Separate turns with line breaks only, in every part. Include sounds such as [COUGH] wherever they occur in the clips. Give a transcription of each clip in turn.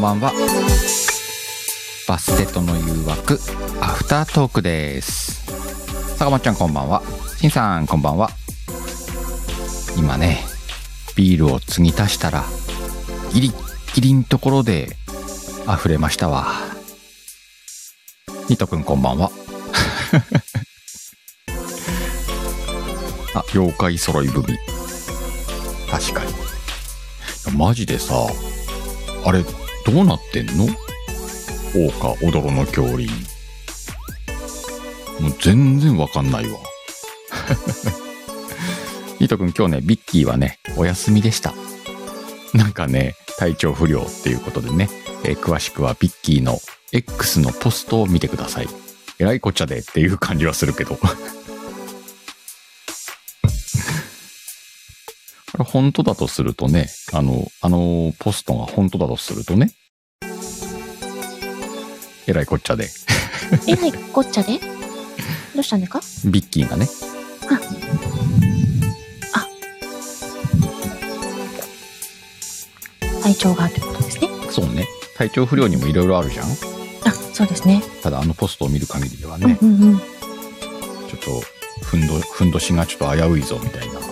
ばんはバスケットの誘惑アフタートークです坂本ちゃんこんばんはしんさんこんばんは今ねビールを継ぎ足したらギリギリのところで溢れましたわニトくんこんばんは [LAUGHS] あ妖怪揃い組確かにマジでさあれどうなってんの大岡踊の恐竜もう全然わかんないわ [LAUGHS] ニトくん今日ねビッキーはねお休みでしたなんかね体調不良っていうことでね、えー詳しくはビッキーの X のポストを見てくださいえらいこっちゃでっていう感じはするけど [LAUGHS] あれ本当だとするとねあのあのポストが本当だとするとねえらいこっちゃで
えらいこっちゃ [LAUGHS] でどうしたんですか
ビッキーがね
ああ体調があるってことですね。
そうね体調不良にもいろいろあるじゃん
あ、そうですね。
ただあのポストを見る限りではね、
うんうんうん。うんうん
ちょっとふんどふんどしがちょっと危ういぞみたいなう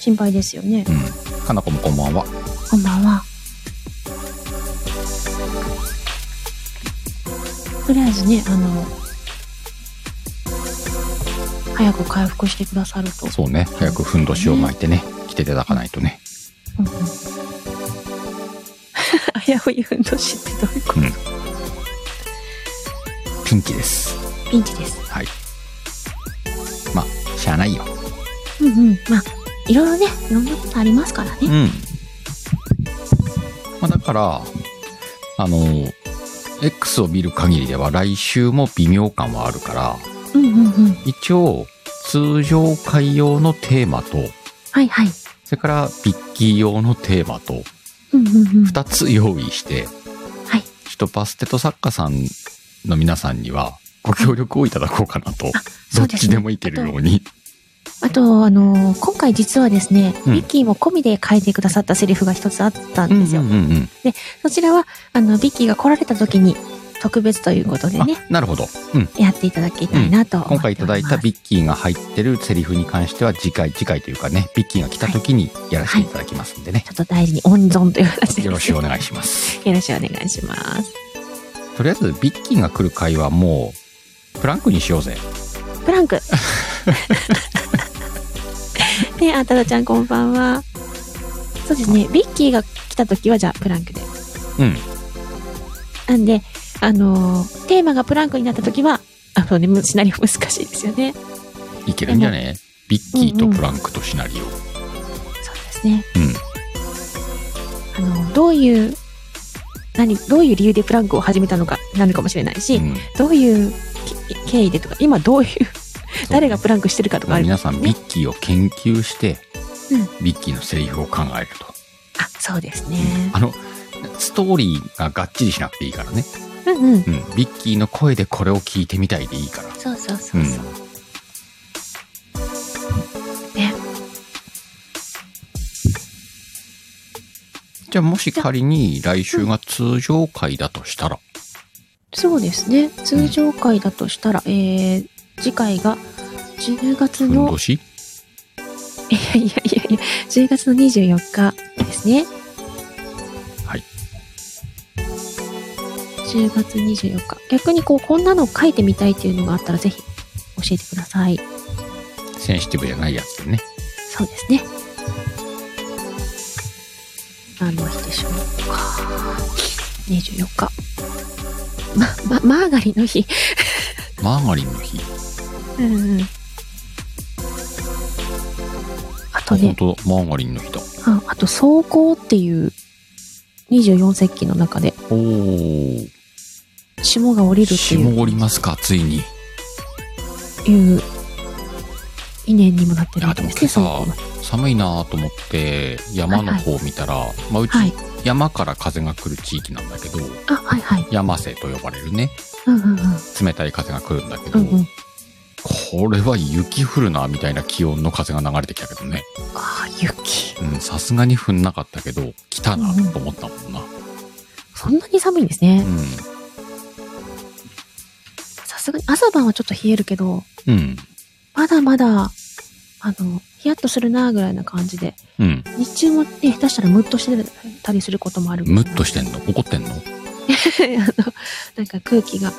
心配ですよね。
んかなこもこんばんは
こんばんは。とりあえずね、あの、早く回復してくださると。
そうね早くふんどしを巻いてね来ていただかないとね
うん [LAUGHS] うん、危うい運動しってどういうこ
うんピンキです
とピンチです。
はいまあしゃあないよ
うんうん。まあ、いろいろね、いろんなことありますから
う
ね。
ん、まあ、だからあの X を見る限りでは来週も微妙感はあるから
うんうんうん。
一応通常会用のテーマと
はいはい。
それからビッキー用のテーマと
うんうんうん。
2つ用意して、
はい
ちょっとバステと作家さんの皆さんにはご協力をいただこうかなと、ど
そ
っ
うです
ち
ね
でもいけるように
あと、あのー今回実はですね、
うん
ミッキーも込みで書いてくださったセリフが一つあったんですよ。
うんうんうん
そちらは、あの、ビッキーが来られた時に特別ということで
あ
ね、
なるほど、うん、
やっていただきたいなと思ってお
今
ります。
回いただいたビッキーが入ってるセリフに関しては次回次回というかねビッキーが来た時にやらせていただきますんでね、
ちょっと大事に温存という形で、
よろしくお
い。
願いします
よろしくお願いします。
とりあえずビッキーが来る回はもうプランクにしようぜ
プラ
[LAUGHS]
ンク。ねあただちゃんこんばんは。そうですね、ビッキーが来た時はじゃあプランクで。
うん
なんで、あのーテーマがプランクになった時は、あのね、むシナリオ難 [LAUGHS] しいですよね。
いけるんじゃねビッキーとプランクとシナリオ、
そうですね。
うん
あの、どういう、何、どういう理由でプランクを始めたのか、なのかもしれないし、
うん
どういうけ経緯でとか、今どういう、誰がプランクしてるかとかある。
皆さんビッキーを研究して、
う
ビッキーのセリフを考えると、
あ、そうですね。
あのストーリーががっちりしなくていいからね、
うんうん。
うん、ビッキーの声でこれを聞いてみたいでいいから
そうそうそうそう。ね。
じゃあもし仮に来週が通常回だとしたら
そうですね。通常回だとしたら、えー、次回が10
ふ
月
ん
の
ど、し
いやいやいやいや、10月の24日ですね。
はい。
10月24日。逆にこう、こんなの書いてみたいっていうのがあったら、ぜひ教えてください。
センシティブじゃないやつでね
そうですね。何の日でしょうか。24日。ま、ま、マーガリンの日。
マーガリンの日
うんうん。あと
あ本
ね、
当だマーガリンの日だ
ああと、走行っていう24節気の中で、
おお
霜が降りるっていう
霜降りますかついに
いう理念にもなってる
あ
み
で
た
も
いで
今
すね。
朝寒いなと思って山の方を見たら、まあ、うち
はい。
山から風が来る地域なんだけど、
あ、はいはい。
山瀬と呼ばれるね
うんうんうん。
冷たい風が来るんだけ
う
ど、
んうん。
これは雪降るなみたいな気温の風が流れてきたけどね
ああ、雪。
うんさすがに降んなかったけど来たなと思ったもんな、
そんなに寒いんです
う
ね。
ん。
さすがに朝晩はちょっと冷えるけど、
うん。
まだまだ、あの、ヒヤッとするなぐらいな感じで、
うん。
日中もね、下手したらムッとしてたりすることもある。
ムッとしてんの怒ってんの
て。あの、なんか空気が、うー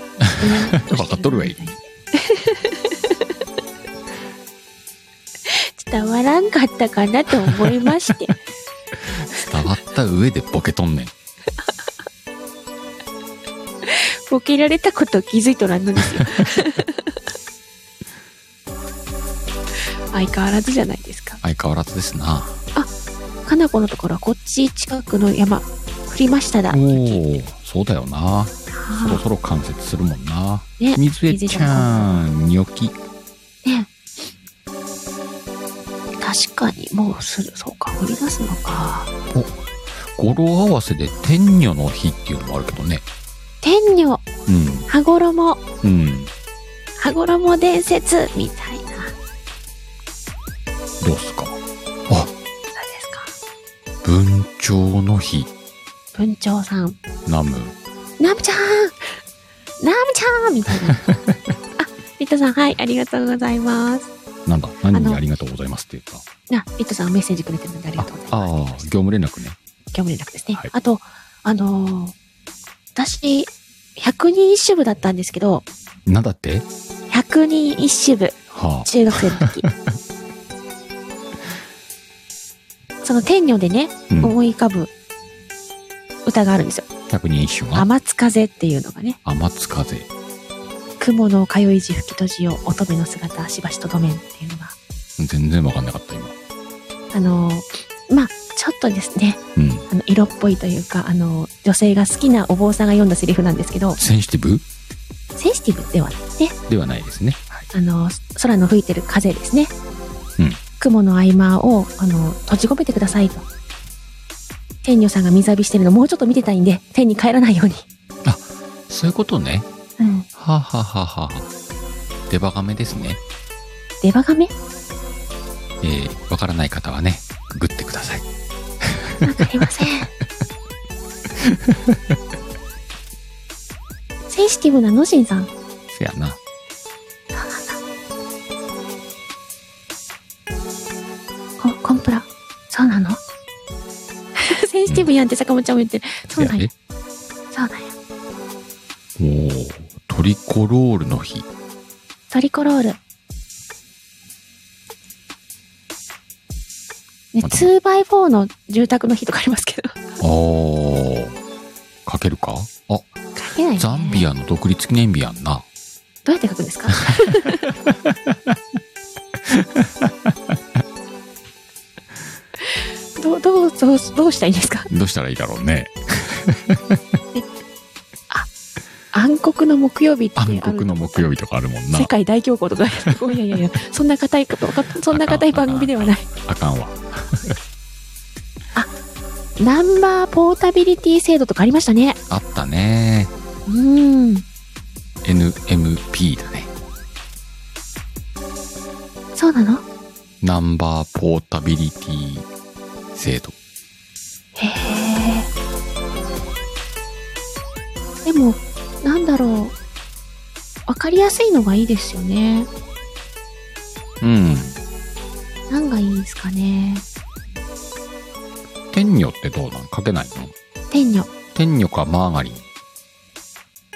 ん
[LAUGHS] わかっとるわい
みたな [LAUGHS] 伝わらんかったかなと思いまして。
伝わった上でボケとんねん。
ボケられたこと気づいとらんのですよ。 [LAUGHS] 相変わらずじゃないですか。
相変わらずですな。
かなこのところはこっち近くの山、降りましただ。
おお、そうだよな。そろ
あ
そろ完結するもんな。
ーね、
水江ちゃん、ニョキ。
ね。確かに、もうする、そうか、降り出すのか。
語呂合わせで天女の日っていうのもあるけどね。
天女、
うん。
羽衣、
うん。
羽衣伝説、みたいな。
どうすか。
そうです
文鳥の日、
か。文鳥さん、
ナム。
ナ [LAUGHS] ムちゃんナムちゃんみたいな。あ、リットさん、はい、ありがとうございます。
なんだ、何
あ
に
の
ありがとうございますって言った。
な、ビットさんメッセージくれてるんでありがとうござい
ああ
ま
ー、
す。
業務連絡ね。
興味連絡ですね。
はい
あと、あのー私、100人一首部だったんですけど、
なんだって
100人一首部、
は
中学生の
[LAUGHS]
時。その天女でね
あ、、うん。
思い浮かぶ歌があるんですよ。
百人一首が。
天津風っていうのがね、
天津風。
雲の通い時吹きとじよ、乙女の姿、しばしとどめんっていうのが、
全然わかんなかった、今。
あのーまあ、ちょっとですね、
うん。
あの色っぽいというかあの女性が好きなお坊さんが読んだセリフなんですけど
センシティブ
センシティブではなくて
ではないですね。はい。
あの空の吹いてる風ですね、
うん
雲の合間をあの閉じ込めてくださいと天女さんが水浴びしてるのもうちょっと見てたいんで天に帰らないように、
そういうことね。
うん、
はあ、はあはあはあはあ、デバガメですね。
デバガメ
えー、わからない方はね、ググってください。
わかりません [LAUGHS] センシティブなのしんさん
せやな。
ココンプラそうなの [LAUGHS] センシティブやんって坂本ちゃんも言ってるそ
せ
う
や
なんや
ね。
そうなんや
おートリコロールの日。
トリコロール。ね、
また
2x4 の住宅の日とかありますけど。
あ
[LAUGHS]
ー。かけるかあ、
書けない、ね。
ザンビ
ア。
アの独立記念日やんな。
どうやって書くん
[LAUGHS]
ですか [LAUGHS] どう、どう、どう、どうしたらいいんですか
どうしたらいいだろうね。
暗黒の木曜日ってある
暗黒の木曜日とかあるもんな
世。界大恐慌とか。 [LAUGHS] いやいやいや、そんな硬いこと、そんな硬い番組ではない。
あかんわ。
ナンバーポータビリティ制度とかありましたね。
あったね。
うん。
NMP だね。
そうなの
ナンバーポータビリティ制度。
へえ。でも、なんだろう。わかりやすいのがいいですよね。
うん。
何がいいんですかね。
天女ってどうなんかけないの
天女、
天女かマーガリン。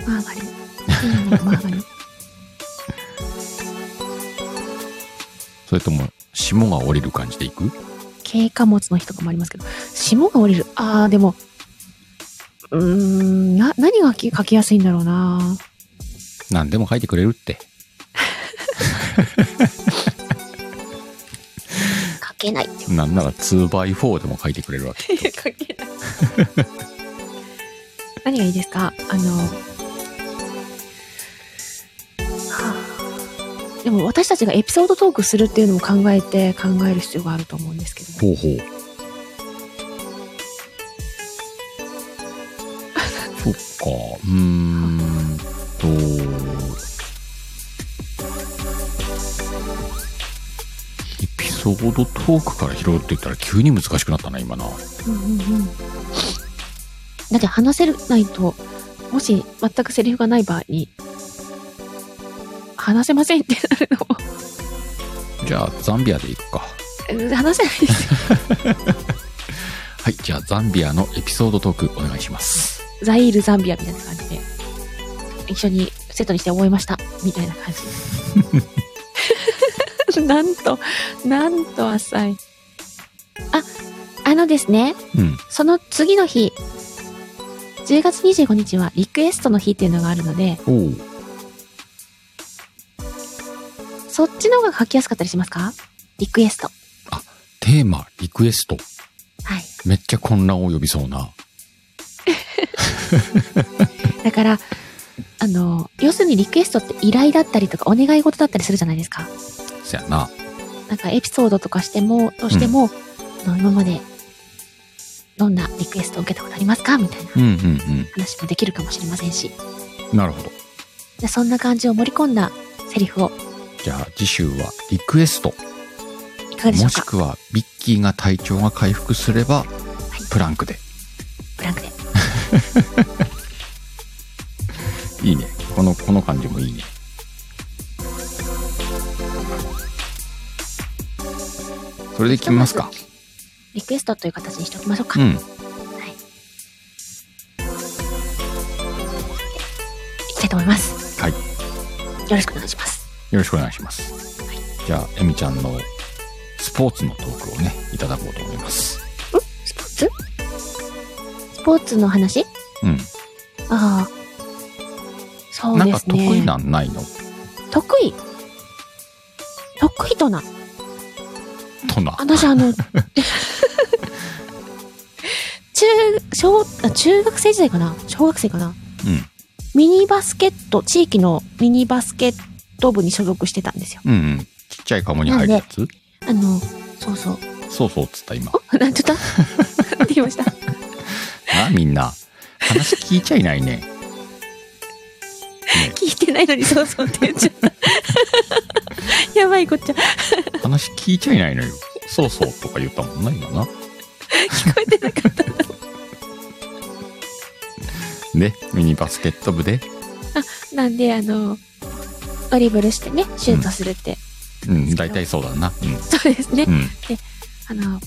マーガリン。天女、マーガリ [LAUGHS] ン。
それとも、霜が降りる感じでいく
軽貨物の日とかもありますけど。霜が降りる。あー、でも、うーん、な、何が書き書きやすいんだろうな。
何でも書いてくれるって。
書け [LAUGHS] ないって
なんなら 2x4 でも書いてくれるわけ。
いう書けない。何がいいですかあの、はあでも私たちがエピソードトークするっていうのも考えて考える必要があると思うんですけど、
ほうほう。そっか、うーんと、エピソードトークから拾うって言ったら急に難しくなったな、今な。
うんうんうんだって話せないと、もし全くセリフがない場合に、話せませんってなるのも
じゃあザンビアでいくか
うん、話せないですよ。
はいじゃあザンビアのエピソードトークお願いします
ザイール、ザンビアみたいな感じで、一緒にセットにして覚えました、みたいな感じ。なんと、なんと浅い。あ、あのですね、
うん
その次の日、10月25日はリクエストの日っていうのがあるので、
おお
そっちの方が書きやすかったりしますかリクエスト。
テーマリクエスト
はい。
めっちゃ混乱を呼びそうな
だから、あの、要するにリクエストって依頼だったりとかお願い事だったりするじゃないですか。
そやな
なんかエピソードとかしても、としても、あの今までどんなリクエストを受けたことありますかみたいな
うんうん
話もできるかもしれませんし。
うんなるほど
でそんな感じを盛り込んだセリフを
じゃあ次週はリクエスト
いかがでしょ
も
う
し
か
くはビッキーが体調が回復すればプランクで
ブランクで。
いいねこのこの感じもいいねそれで聞きますか
リクエストという形にしておきましょうか。
うん
はい。いきたいと思います。
はい
よろしくお願いします。
よろしくお願いします。じゃあ、エミちゃんのスポーツのトークをね、いただこうと思います。
スポーツスポーツの話
うん。
ああ。そう
なん
で
か
す
得
ね。
意なんないの
得意得意とな。
とな。
私あ [LAUGHS] の、中、小、あ中学生時代かな小学生かな
うん。
ミニバスケット、地域のミニバスケット部に所属してたんですよ。
うんうん。ちっちゃいカモに入るやつ
あの、そうそう。
そうそうっつった今。
お [LAUGHS] なんて言ったなんて言いました
な、みんな。話聞いちゃいないね。
聞いてないのにそうそうって言っちゃった。 [LAUGHS] やばいこっちゃ。
話聞いちゃいないのよ。そうそうとか言ったもんな、今な。
聞こえてなかった。
で、ミニバスケット部で、
なんで、あの、ドリブルしてね、シュートするって。
うん、大体そうだな。
そうですね
う。ん。うん。
あの、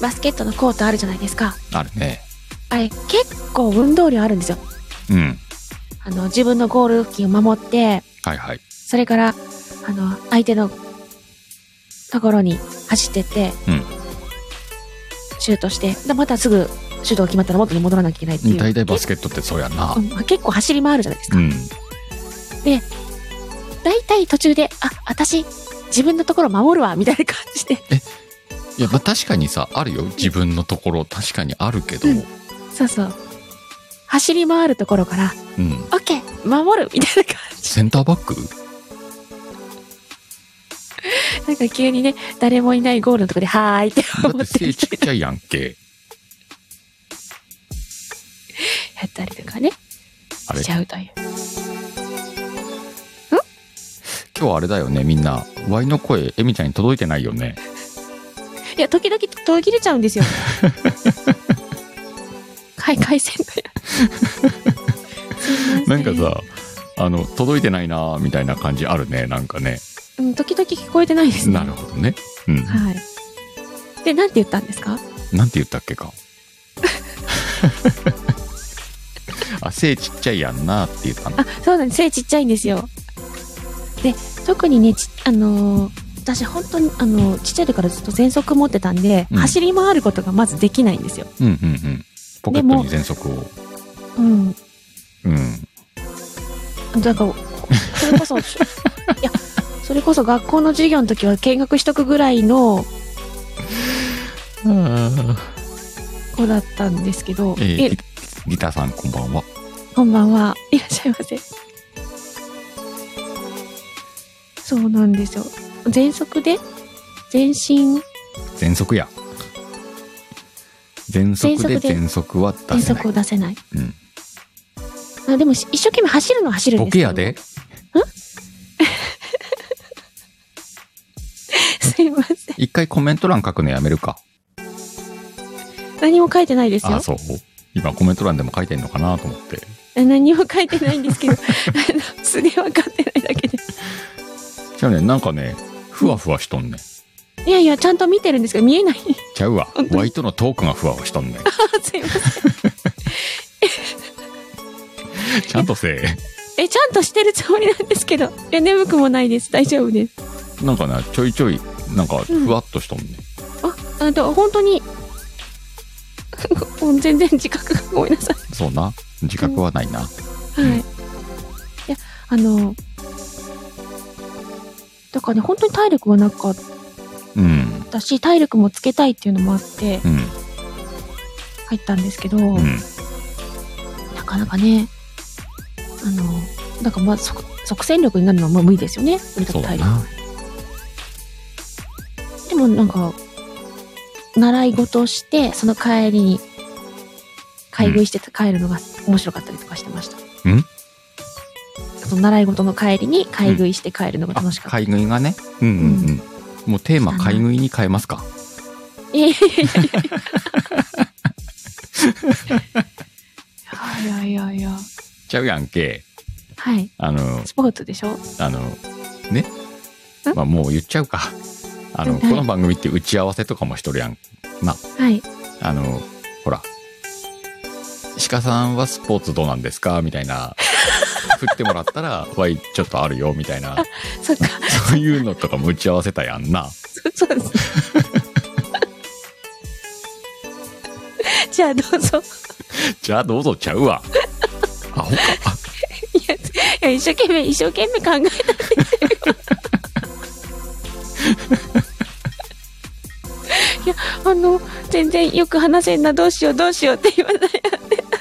バスケットのコートあるじゃないですか。
あるね。
あれ、結構運動量あるんですよ。
うん。
あの、自分のゴール付近を守って、
はいはい。
それから、あの、相手のところに走ってって、
うん
シュートして、でまたすぐシュートが決まったら元に戻らなきゃいけないっていう。
大体バスケットってそうやな
う。ん結構走り回るじゃないですか
う。ん。
大体途中で、あ、私、自分のところ守るわ、みたいな感じで。
いや、まあ、確かにさ、あるよ。自分のところ、確かにあるけど。
うんそうそう。走り回るところから、
うん。
オッケー守るみたいな感じ。
センターバック
なんか急にね、誰もいないゴールのとこで、はーいって
だ
思
って
って
背
る
ち
人
っちゃいやんけ。
やったりとかね、
あれ
しち
今
ゃうという。
日はあれだよね、みんな。ワイの声、エミちゃんに届いてないよね。
いや、時々途切れちゃうんです [LAUGHS] よ。はい、回線 [LAUGHS] が。すいま
な
せ
んか、さ、あの、届いてないなーみたいな感じあるね、なんかね。
うん、時々聞こえてないですね。
なるほどね。うん。
はい。で、なんて言ったんですか
なんて言ったっけ
[LAUGHS]
か。あ、背ちっちゃいやんなーって言ったの。
あ、そうなんです。背ちっちゃいんですよ。で、特にね、ちあのー私本当に、あのーちっちゃい時からずっと喘息持ってたんで、
うん
走り回ることがまずできないんですよ。
うんうんうん。ポケットに喘息を。
うん。
うん。
だから、それ
[LAUGHS]
こそ、いや、それこそ学校の授業の時は見学しとくぐらいの子だったんですけど、
えー
え
ギギターさん、こんばんは。
こんばんは。いらっしゃいませ。そうなんですよ。喘息で全身
喘息や喘息で喘息は出
喘
せない
息を出せない。
うん
あでもし一生懸命走るのは走るんで
ボ
す
ケやで
[LAUGHS] すいません。
一回コメント欄書くのやめるか
何も書いてないですよ
あ。そう今コメント欄でも書いてんのかなと思って
何も書いてないんですけど [LAUGHS] あの素で分かってないだけで
じゃあねなんかねふわふわしとんねん
いやいやちゃんと見てるんですけど見えない [LAUGHS]
ちゃうわ
本当に
ワイとのトークがふわふわしとんねん
すいません
ちゃんとせ
えちゃんとしてるつもりなんですけどいや眠くもないです大丈夫です
えなんかねちょいちょいなんかふわっとしとんねん、
ああの本当に [LAUGHS] もう全然自覚が [LAUGHS] ごめんなさい
そうな自覚はないな、
はい。いや、あの、だからね、本当に体力がなかっ
うん
たし、体力もつけたいっていうのもあって
うん
入ったんですけど、
うん
なかなかね、あの、だからまあ、即即戦力になるのはまあ無理ですよね、とにか
そう
く
だ
体力。
な
でもなんか、習い事をして、その帰りに、買い食いして帰るのが面白かったりとかしてました。
うん
その習い事の帰りに買い食いして帰るのが
あ
楽しかった。
買い食いがねうんうんうん、もうテーマ買い食いに変えますか
いやいやいやいやいや。いやいやいや。
ちゃうやんけ
はい。
あの
スポーツでしょ
あのね
ん
まあもう言っちゃうかあの
はい
この番組って打ち合わせとかもしとるやん
はい。
あのほら鹿さんはスポーツどうなんですかみたい [LAUGHS] な振ってもらったら「わいちょっとあるよ」みたいな
そっか。
そういうのとかも打ち合わせたやんな
そそう
[LAUGHS]
です。じゃあどうぞ。
じゃあどうぞちゃう
[LAUGHS]
わあほか
いや、い [LAUGHS] や一生懸命、一生懸命考えたんですよ。いや、あの、全然よく話せんな、どうしよう、どうしようって言わない。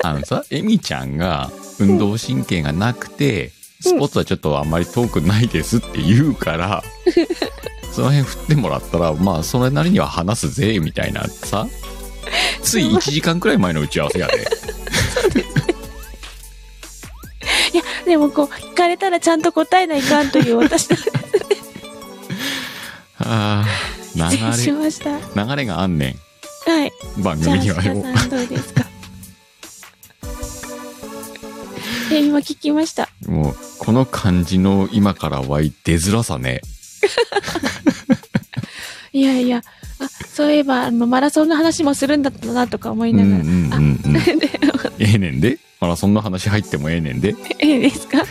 あのさエミちゃんが運動神経がなくて、スポーツはちょっとあんまり遠くないですって言うから、その辺振ってもらったらまあそれなりには話すぜみたいなさつい1時間くらい前の打ち合わせや
[LAUGHS]
で
いや、でもこう、聞かれたらちゃんと答えないかんという私の
あ
失礼
ー
し
流
ま [LAUGHS] した。
れ流れがあんね
はい。
ん番
じゃあ、
組に
皆
は
さ
よ
んどうですか。え、今聞きました。
もうこの感じの今から湧い出づらさね
いやいや、あ、そういえば、あの、マラソンの話もするんだったなとか思い
うん
な
うん
が
う
ら。
んう
あ、
ん
[LAUGHS]
ええねんでマラソンの話入ってもええねんで
いいです [LAUGHS] か。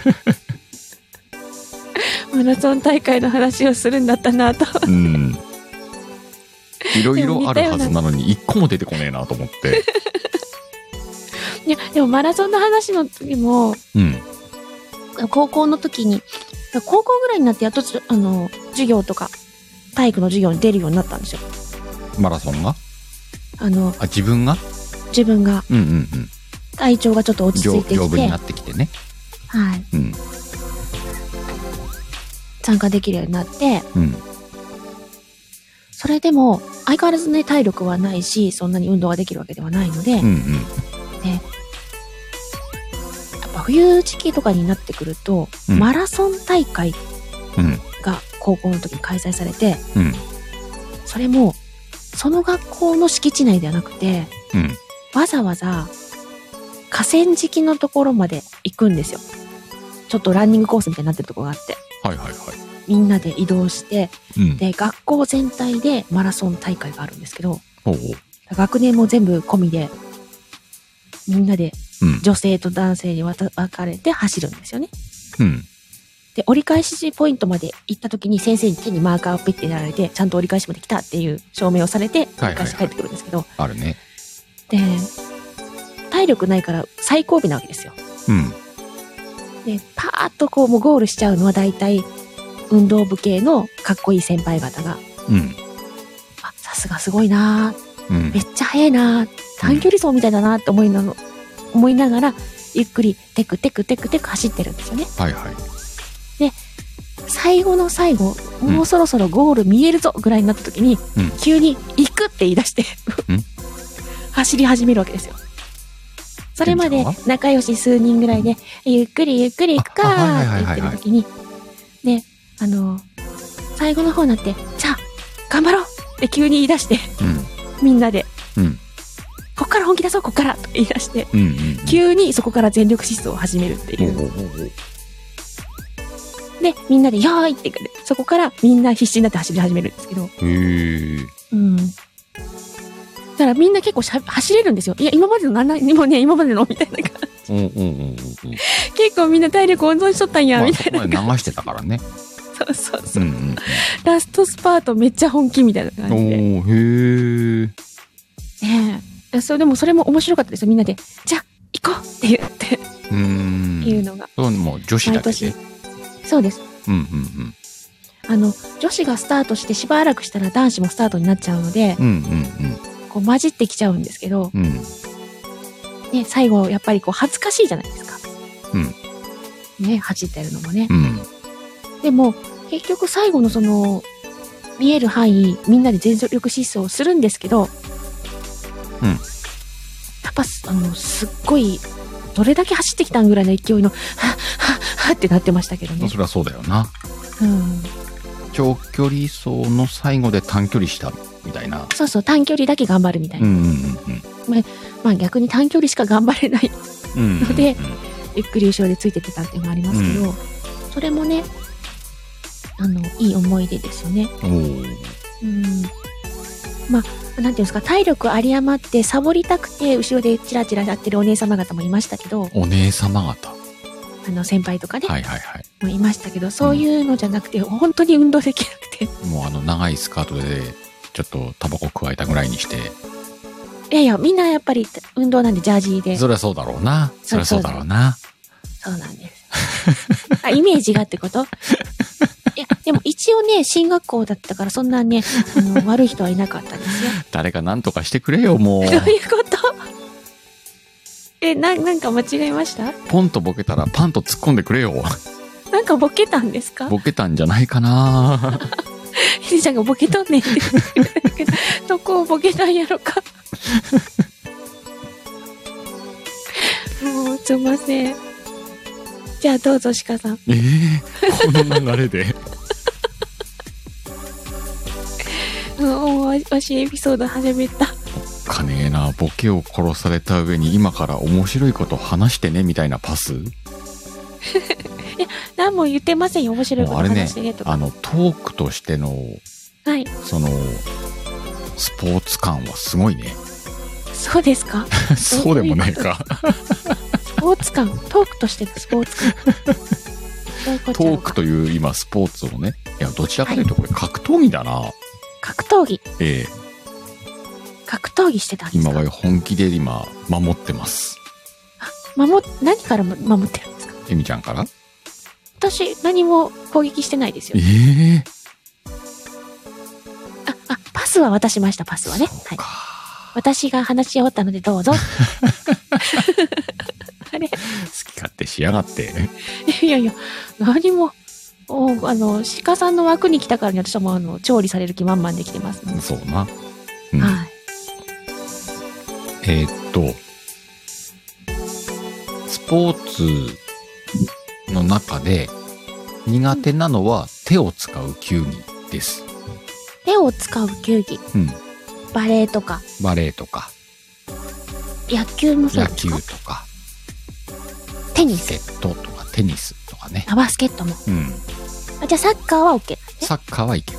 マラソン大会の話をするんだったなと。
うん。いろいろあるはずなのに一個も出てこねえなと思
[LAUGHS]
って。
いや、でもマラソンの話の時も、
うん。
高校の時に、高校ぐらいになってやっとつ、あの、授業とか、体育の授業に出るようになったんですよ。
マラソンが
あの、
あ、自分が
自分が
うんうんうん。
体調がちょっと落ち
丈
着いて
丈
き
夫
て、
にな
は
ってきてね。
い、
うん。
参加できるようになって、
うん。
それでも、相変わらずね、体力はないし、そんなに運動ができるわけではないので、
うんう
やっ
ん。
ぱ冬時期とかになってくると、
うん
マラソン大会
うん。
が高校の時に開催されて、
うん。
それも、その学校の敷地内ではなくて、
うん。
わざわざ河川敷のところまで行くんですよ。ちょっとランニングコースみたいになってるところがあって、
はいはいは
みんなで移動して、
い。うん。
で、学校全体でマラソン大会があるんですけど、
ほうほ
学年も全部込みで、みんなで
う。うん。
女性と男性にわた分かれて走るんですよね。
うん。
で、折り返しポイントまで行った時に先生に手にマーカーをピッてやられて、ちゃんと折り返しまで来たっていう証明をされて、
は
折
いはいはい
り返し帰ってくるんですけど、
あるね。
で、体力ないから最後尾なわけですよ。
うん。
で、パーッとこうもうゴールしちゃうのは大体、運動部系のかっこいい先輩方が、
うん。
あ、さすがすごいな
う
ー
ん
め。っちゃ速いな短距離走みたいだなって思いなの、思いながらゆっくりテクテクテクテク走ってるんですよね
はいはい。
最後の最後
ん
もうそろそろゴール見えるぞぐらいになった時に、
うん
急に「行く!」って言い出して
うん
[LAUGHS] 走り始めるわけですよそれま
いい
で
んじゃ
仲良し数人ぐらいで「ゆっくりゆっくり行くか」
あはい
っ
は
て
いはい
言って
はい
る時にであの最後の方になって「じゃあ頑張ろう!」って急に言い出して
うん。
みんなで
うん。
こっから本気出そうこっからと言い出して、
うんうん
急にそこから全力疾走を始めるっていうう。
んほうほうほうほう
で、みんなで、よーいって言うからそこからみんな必死になって走り始めるんですけど。
へえ
うん。だからみんな結構しゃ走れるんですよ。いや、今までのなんなん、もうね、今までのみたいな感じ。
うんうんうんうんうん
[LAUGHS] 結構みんな体力温存しとったんや、
まあ
みた
そ
い
こ
な
まで流してたからね
そうそう
う
そう。
んうん
ラストスパートめっちゃ本気みたいな感じで。ね
おーへえ
え。そう、でもそれも面白かったですよ。みんなで、じゃあ、行こうって言って、
うーん
いうのが。
そうもう女子だ
毎
け
年
で。
そうです。
うんうん
あの、女子がスタートしてしばらくしたら男子もスタートになっちゃうので、
うんうん
こう混じってきちゃうんですけど、
うんうんうん
ね、最後、やっぱりこう恥ずかしいじゃないですか。
うん
ね、走ってるのもね。
うん
でも、結局最後のその、見える範囲、みんなで全力疾走をするんですけど、
うん
やっぱ、あの、すっごい、どれだけ走ってきたんぐらいの勢いの、はっはっはっってなってましたけど
まあ
ね
そ。りゃそうだよな
うん。
長距離走の最後で短距離したみたいな
そうそう、短距離だけ頑張るみたいうな。
んうん
まあ逆に短距離しか頑張れない、 [LAUGHS]
うんうん
のでゆっくり後ろでついてってたっていうのもありますけど、それもね、あの、いい思い出ですよね。
うんうんおー
うんまあ、なんていうんですか、体力有り余って、サボりたくて、後ろでチラチラやってるお姉様方もいましたけど、
お姉様方
あの、先輩とかね、
はいはいはい
もいましたけど、そういうのじゃなくて、本当に運動できなくて、 [LAUGHS]
もうあの長いスカートでちょっとタバコ加えたぐらいにして
いやいや、みんなやっぱり運動なんでジャージーで、そ
そりゃそうだろうなそ
そ
り
う
ゃそうだろうな
うなんです。 [LAUGHS] あ、イメージがってこといや、でも一応ね、進学校だったから、そんなね、あの、悪い人はいなかったんで
[LAUGHS]
すよ。
誰か何とかしてくれよもう
ど
[LAUGHS]
ういうことえ、な、なんか間違えました
ポンとボケたらパンと突っ込んでくれよ
なんかボケたんですか
ボケたんじゃないかな [LAUGHS]
ひでちゃんがボケとんねんって言ってるけど、どこをボケたんやろか。もう、すいません。じゃあ、どうぞ、鹿さん。
ええこの流れで
うん、わわしエピソード始めた。
かねえなボケを殺された上に今から面白いこと話してねみたいなパス
何も言ってませんよ、面白いこと
もうあれね
話してねとか。
あのトークとしての
はい。
そのスポーツ感はすごいね
そうですか
[LAUGHS] そうでもないか
スポーツ感。トークとしてのスポーツ感。どういうこ
[LAUGHS] ト
とや
ー
ろうか
クという今スポーツをねいやどちらかというとこれ格闘技だな、
格闘技。
ええ
格闘技してたんです
今
か
は本気で今守ってます
守っ、何からも守ってるんですか
エミちゃんから
私、何も攻撃してないですよ
え。え
あ、あ、パスは渡しました、パスはね。はい。私が話し終わったのでど
[LAUGHS]
うぞ。あれ
好き勝手しやがって
いやいや、何も、おあの、鹿さんの枠に来たからに私はもう、あの、調理される気満々できてますので。
そうな、うん
はい。
えーっとスポーツの中で苦手なのは手を使う球技です、
手を使う球技、
うん、
バレーとか、
バレエとか
野球もそう
野
です
球
か
とか
テニ
バ
ス
ス、ケットとかテニスとかね、
あバスケットも。
うん、
あじゃあサッカーは OK。
サッカーはいける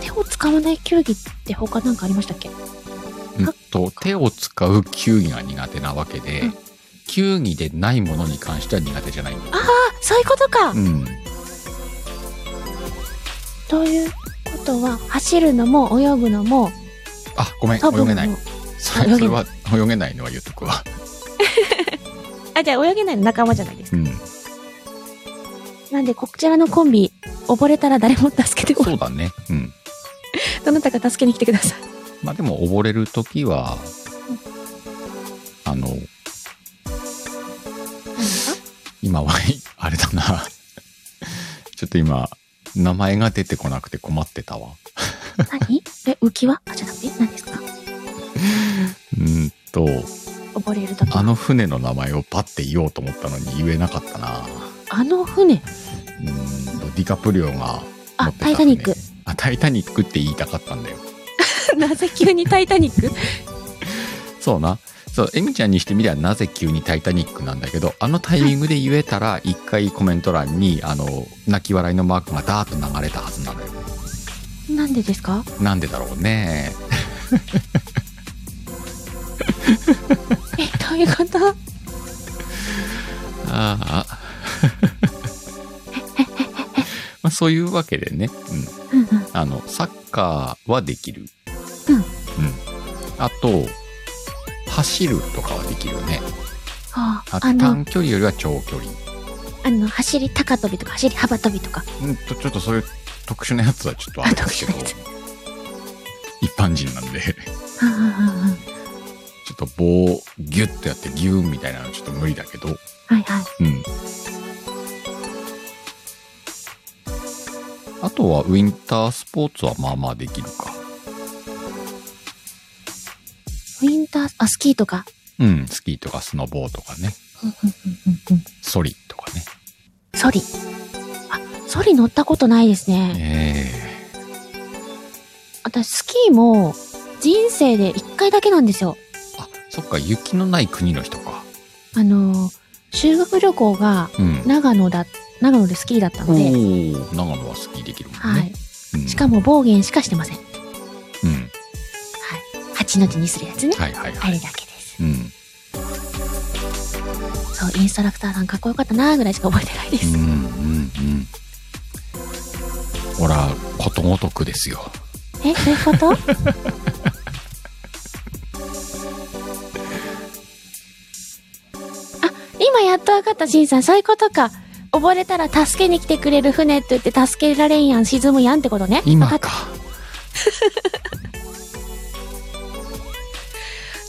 手を使わない球技って他なんかありましたっけ
うんと手を使う球技が苦手なわけで、
うん
球技でないものに関しては苦手じゃないんだ、
あ、そういうことか、
うん、
ということは、走るのも泳ぐのも、
あごめん
多分
泳げない
もう
それ
泳げない
それは泳げないのは言っとくわ、
あ、じゃあ泳げないの仲間じゃないですか
うん、
[LAUGHS] なんで、こちらのコンビ、溺れたら誰も助けて、
そうだねうん
どなたか助けに来てください。
まあでも溺れる時は、あの、今は、 [LAUGHS] あれだな。 [LAUGHS] ちょっと今、名前が出てこなくて困ってたわ。
何え、浮き輪あ、じゃなくて、何ですか
うーんと、
溺れるとき。
あの船の名前をパッて言おうと思ったのに言えなかったな。
あの船。
うーんと、ディカプリオが
あ
乗ってた船
タイタニ
[LAUGHS]
ック。
あ、タイタニックって言いたかったんだよ。
なぜ急にタイタニック
そうな。そうエミちゃんにしてみればなぜ急に「タイタニック」なんだけどあのタイミングで言えたら一回コメント欄にあの泣き笑いのマークがダーッと流れたはずなのよ
なんでですか
なんでだろうね
え、どういうこと
あ [LAUGHS] あまあそういうわけでね、うん、
うんうん。
あの、サッカーはできる。
うん
うん。あと、走るとかはできるよね。
あ
あ
あの、
短距離よりは長距離。
あの、走り高跳びとか、走り幅跳びとか。
うんと、ちょっとそういう特殊なやつはちょっとあるんですけど
あ特殊、
一般人なんで、
うんうんうんうん。
ちょっと棒をギュッとやってギューンみたいなのちょっと無理だけど、
はいはい。
うん。あとはウィンタースポーツはまあまあできるか。
ウィンター、あ、スキーとか。
うん、スキーとかスノボーとかね、
うんうんうんうんうん
ソリとかね。
ソリ。あ、ソリ乗ったことないですね。
ええ
私、スキーも人生で一回だけなんですよ。
あそっか雪のない国の人か
あの、修学旅行が
うん
長野だ、長野でスキーだった
お
ので、
ー長野はスキーできるもん
は
ね、
い。
うん
しかも暴言しかしてません。はい。
うん
八の字にするやつね。
はいはいは
あ
い
れだけです。
うん、うん
そう、インストラクターさんかっこよかったなーぐらいしか覚えてないです。
うんうんほらことごとくですよ
え、どういうこと [LAUGHS] あ、今やっと分かった、しんさん。そういうことか。溺れたら助けに来てくれる船って言って助けられんやん、沈むやんってことね。
今
分
か
かっ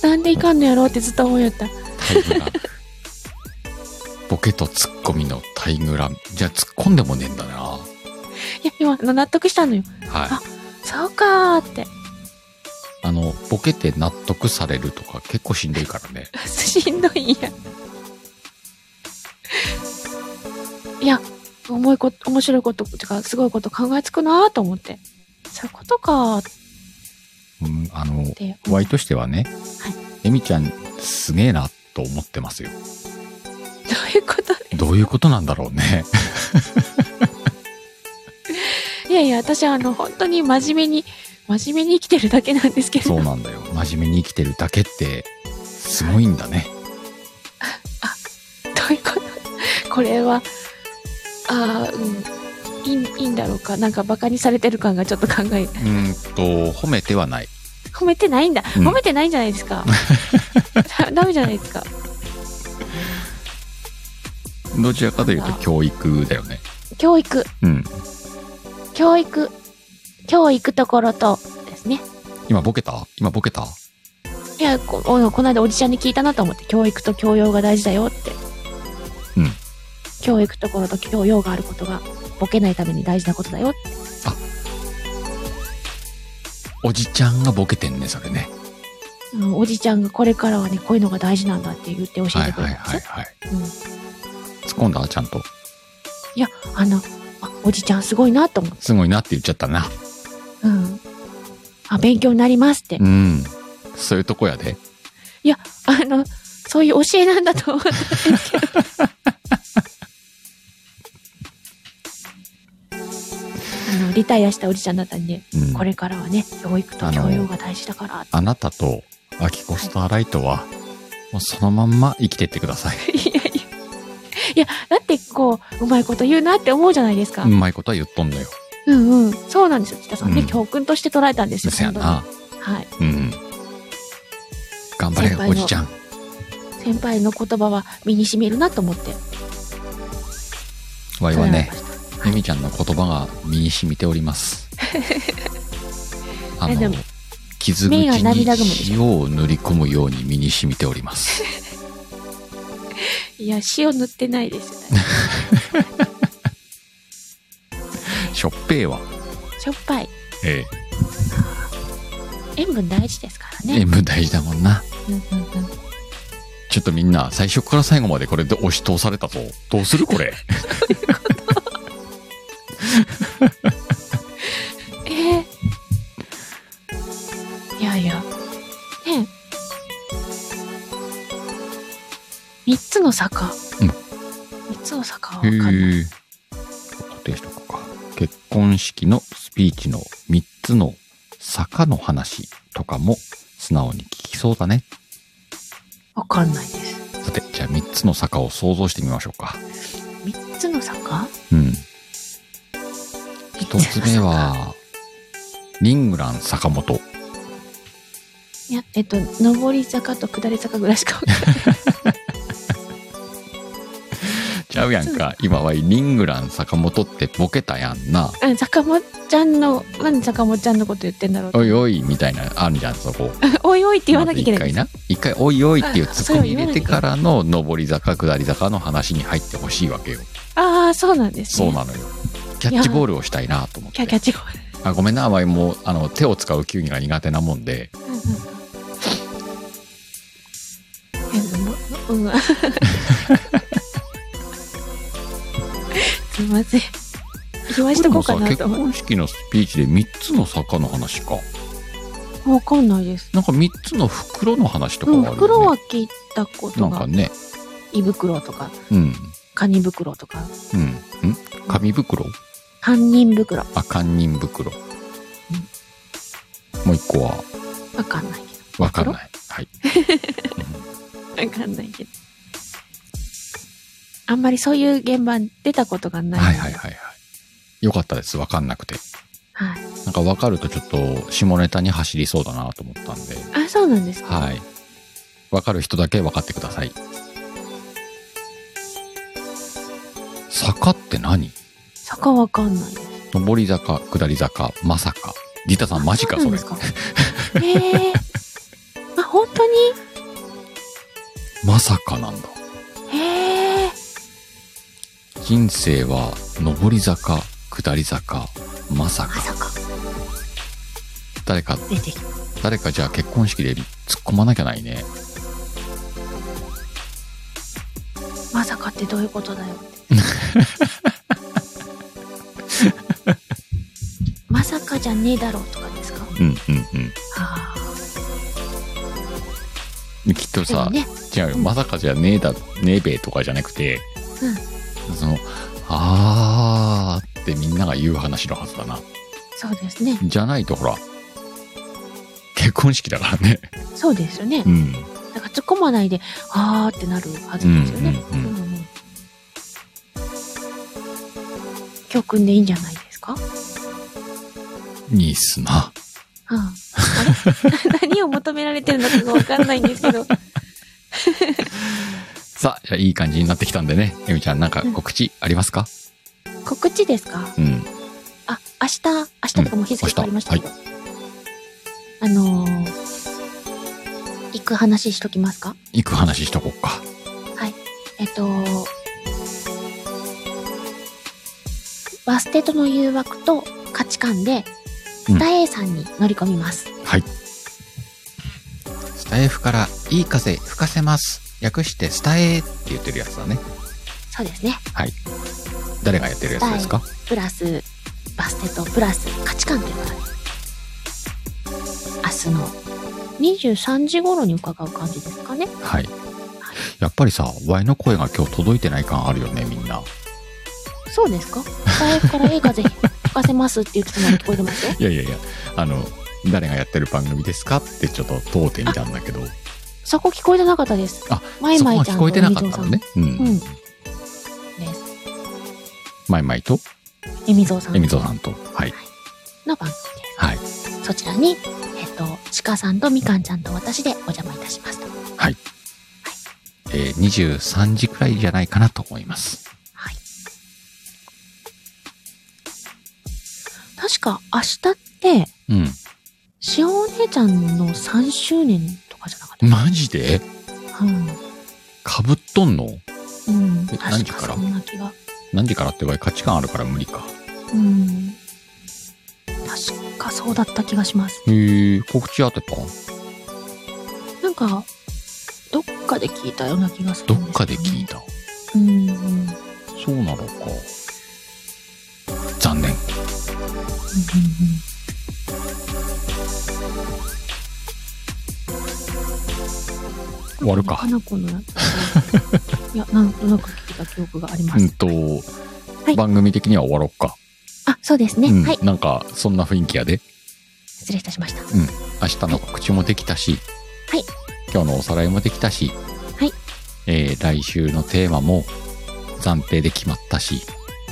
たなんでいかんのやろうってずっと思いよった。
タイムラグボケとツッコミのタイムラグじゃあツッコんでもねえんだなはい
や、今、あの納得したのよ。あそうかーって。 [LAUGHS]
あのボケて納得されるとか結構しんどいからね
しんどいんや。いや、重いこと、面白いこと、てか、すごいこと考えつくなーと思って。そういうことかーっ
うんあの
て。
ワイとしてはね、
はい
エミちゃんすげえなと思ってますよ
どういうこと
どういうことなんだろう
[LAUGHS]
ね。
いやいや、私はあの、本当に真面目に、真面目に生きてるだけなんですけれど。
そうなんだよ。真面目に生きてるだけって、すごいんだね。
どういうことこれは、ああ、うん。いいいいんだろうかなんかバカにされてる感がちょっと考え
うーんと、褒めてはない。
褒めてないんだ、
うん
褒めてないんじゃないですかだダメじゃないですか
どちらかというと教育だよね。
教育
うん。
教育今日行くところとですね
今ボケた今ボケた
いやこおこの間おじちゃんに聞いたなと思って教育と教養が大事だよって
うん
教育ところと教養があることがボケないために大事なことだよ
おじちゃんがボケてんね、それね。
うんおじちゃんがこれからはねこういうのが大事なんだって言って教え
はい
てく
は
れ
い
たんです
はいは
よ
い。
うん
突っ込んだちゃんと。
いやあのあおじちゃんすごいなと思って、
すごいなって言っちゃったな。
うん、あ勉強になりますって、
うん。そういうとこやで。
あのそういう教えなんだと思ったんですけど
[LAUGHS]
あのリタイアしたおじちゃんだったんで
うん。
これからはね教育と
あの
教養が大事だから
あなたと、アキコスターライトは、もうそのまんま生きてってくだ
[LAUGHS]
さい。
いやいや。いや、だってこう、うまいこと言うなって思うじゃないですか。
うまいことは言っとんのよ。
うん、うん、そうなんですよ。北さんね、
うん
教訓として捉えたんですよ。
せやな。
本当にはい。
うん。頑張れ
先輩、の
おじちゃん。
先輩の言葉は身に染みるなと思って。
わいはね、
捉えまし
ゆみちゃんの言葉が身に染みております。あ
[LAUGHS] えで
の
も、
傷口
目が
に
涙ぐむでし
塩を塗り込むように身に染みております。
[LAUGHS] たいや、塩塗ってないです。
[LAUGHS] しょっぺーは、
しょっぱい。
え
塩分大事ですから
え
ね。
塩分大事だもんな。
うんうんうん。
ちょっとみんな、最初から最後までこれで押し通されたぞ。どうするこれ。
ええいやいや。ねえつの坂。
うん
三つの坂は
へ
わかんない。
え。固定しとこうか。結婚式のスピーチの3つの坂の話とかも素直に聞きそうだね。
わかんないです。
さて、じゃあ3つの坂を想像してみましょうか。
三つの坂
うん。1つ目。は、リングラン坂本。
いや、えっと、上り坂と下り坂ぐらいしかわかんない。
ちゃうやんか。今はリングラン坂本ってボケたやんな。
うん坂本ちゃんの、なんで坂本ちゃんのこと言ってんだろう。
おいおいみたいな、あるじゃん、そこ。
おいおいって言わなきゃいけない。
まず一回な一回「おいおい」っていうツッコミ入れてからの上り坂下り坂の話に入ってほしいわけよ
ああ、そうなんです、ね。
そうなのよキャッチボールをしたいなと思っ
キャキャ
て
ッチボール。
あごめんな甘いもうあの手を使う球技が苦手なもんで
うんうん。うん。うん、すいません。言わしとこうかな
結
と思っ
婚式のスピーチで3つの坂の話か
て。わかんないです。
なんか3つの袋の話とか
う
はあ
ん、
るよ、ね
袋は聞いたこと
なんか
が、
ね
胃袋とか、
うん
カニ袋とか、
うんん紙袋
犯人袋。
あ堪忍袋もう一個は
わかんないけ
分かんないはい、うん
ど。わかんないけど。あんまりそういう現場に出たことがない。
はいはいはいはい。よかったです。わかんなくて。
はい。
なんかわかるとちょっと下ネタに走りそうだなと思ったんで。
あ、そうなんですか。
はい。わかる人だけわかってください。坂って何
坂わかんない。
上り坂、下り坂、まさか。リタさんマジか、
そ
そう
なん
れ [LAUGHS]
で。すか。ええあ、本当に
まさかなんだ。
へえ。
人生は上り坂、下り坂、まさ
ま
か。
さか
誰か、
出てきた。
誰かじゃあ結婚式で突っ込まなきゃないね。
まさかってどういうこと
[LAUGHS]
だよって。まさかじゃねえだろうとかですか。
うんうん
あ
うん。きっと
あ。
さ、
でもね。
違うよ
うん
まさかじゃねえだねえべとかじゃなくて、そのあーってみんなが言う話のはずだな
そうですね。
じゃないとほら結婚式だからね
そうですよね
う。ん
だから突っ込まないで、ああってなるはず
うん
ですよね。
う
うん
うんん
うん。教訓でいいんじゃないですか。
いいっすな
うん、あれ何を求められてるのかがわかんないんですけど。
さあじゃあいい感じになってきたんでねえみちゃんなんか告知ありますか
告知ですか
うん、
あ、明日、明日とかもう日付変わりましたけど。あのー、行く話しときますか
行く話しとこうか
えっと、バステとの誘惑と価値観で、
うん
スタエさんに乗り込みます。
はいスタエフからいい風吹かせます略してスタエーって言ってるやつだね
そうですね。
誰がやってるやつですか
プラス、バステとプラス価値観ということで、明日の23時頃に伺う感じですかね。
はいやっぱりさワイの声が今日届いてない感あるよねみんな
そうですか財布からいい風吹かせますって言ってたの聞こえてますよ。
いやいやいや、あの、誰がやってる番組ですかってちょっと問うてみたんだけど、
そこ聞こえてなかったです。
あ、
マイ
そこ
マイ
は
ち
聞
ゃん
ことえてなかったのね。うん。う
海
ん
蔵、さんです。
マイマイと、
えみぞうさん
エミゾさんと。はい。
の番組です。
はい。
そちらに、えっと、鹿さんとみかんちゃんと私でお邪魔いたしますと。
えー、23時くらいじゃないかなと思います。
はい。確か明日って、
うん。
しおお姉ちゃんの3周年とかじゃなかっ
マジで
た。うん。
かぶっとんの
うん。
え
確
何時から
そんな気が。
何時からって場合価値観あるから無理か。
うん。確かそうだった気がします。
へー告知当てた
なんか、どっかで聞いたような気がする
ど
ん
っ
です
かで聞い
た。
た。
うんうん。
そうなのか。残念。終わるか
花子のなんかそういや、なんとなく聞いた記憶がありま
うん
す。
と、
はい
番組的には終わろっか、
あ、そうですね。
うん
はい。
なんかそんな雰囲気やで
失礼いたしました。
明日の告知もできたし、
はい
今日のおさらいもできたし、
はい
えー来週のテーマも暫定で決まったし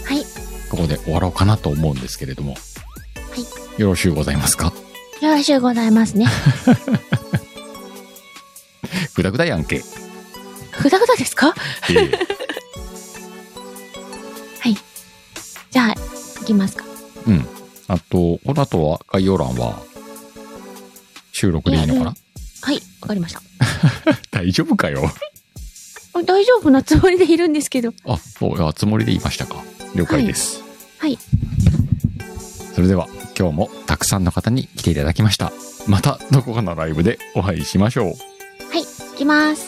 はい。
ここで終わろうかなと思うんですけれども、よろしゅうございますか [LAUGHS]
よろしゅうございますね。
ぐだぐだやん
[LAUGHS]
け、
ふだふだですか
えー
じゃあ、行きますか。
うんあとこの後は概要欄は収録でいいのかな、
いやはい、わかりました。
大丈夫かよ
あ大丈夫なつもりでいるんですけど。
あ、そう、あつもりで言いましたか。了解です。
はいはい
それでは、今日もたくさんの方に来ていただきました。また、どこかのライブでお会いしましょう。
はい、行きます。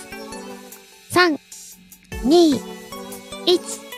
3、2、1。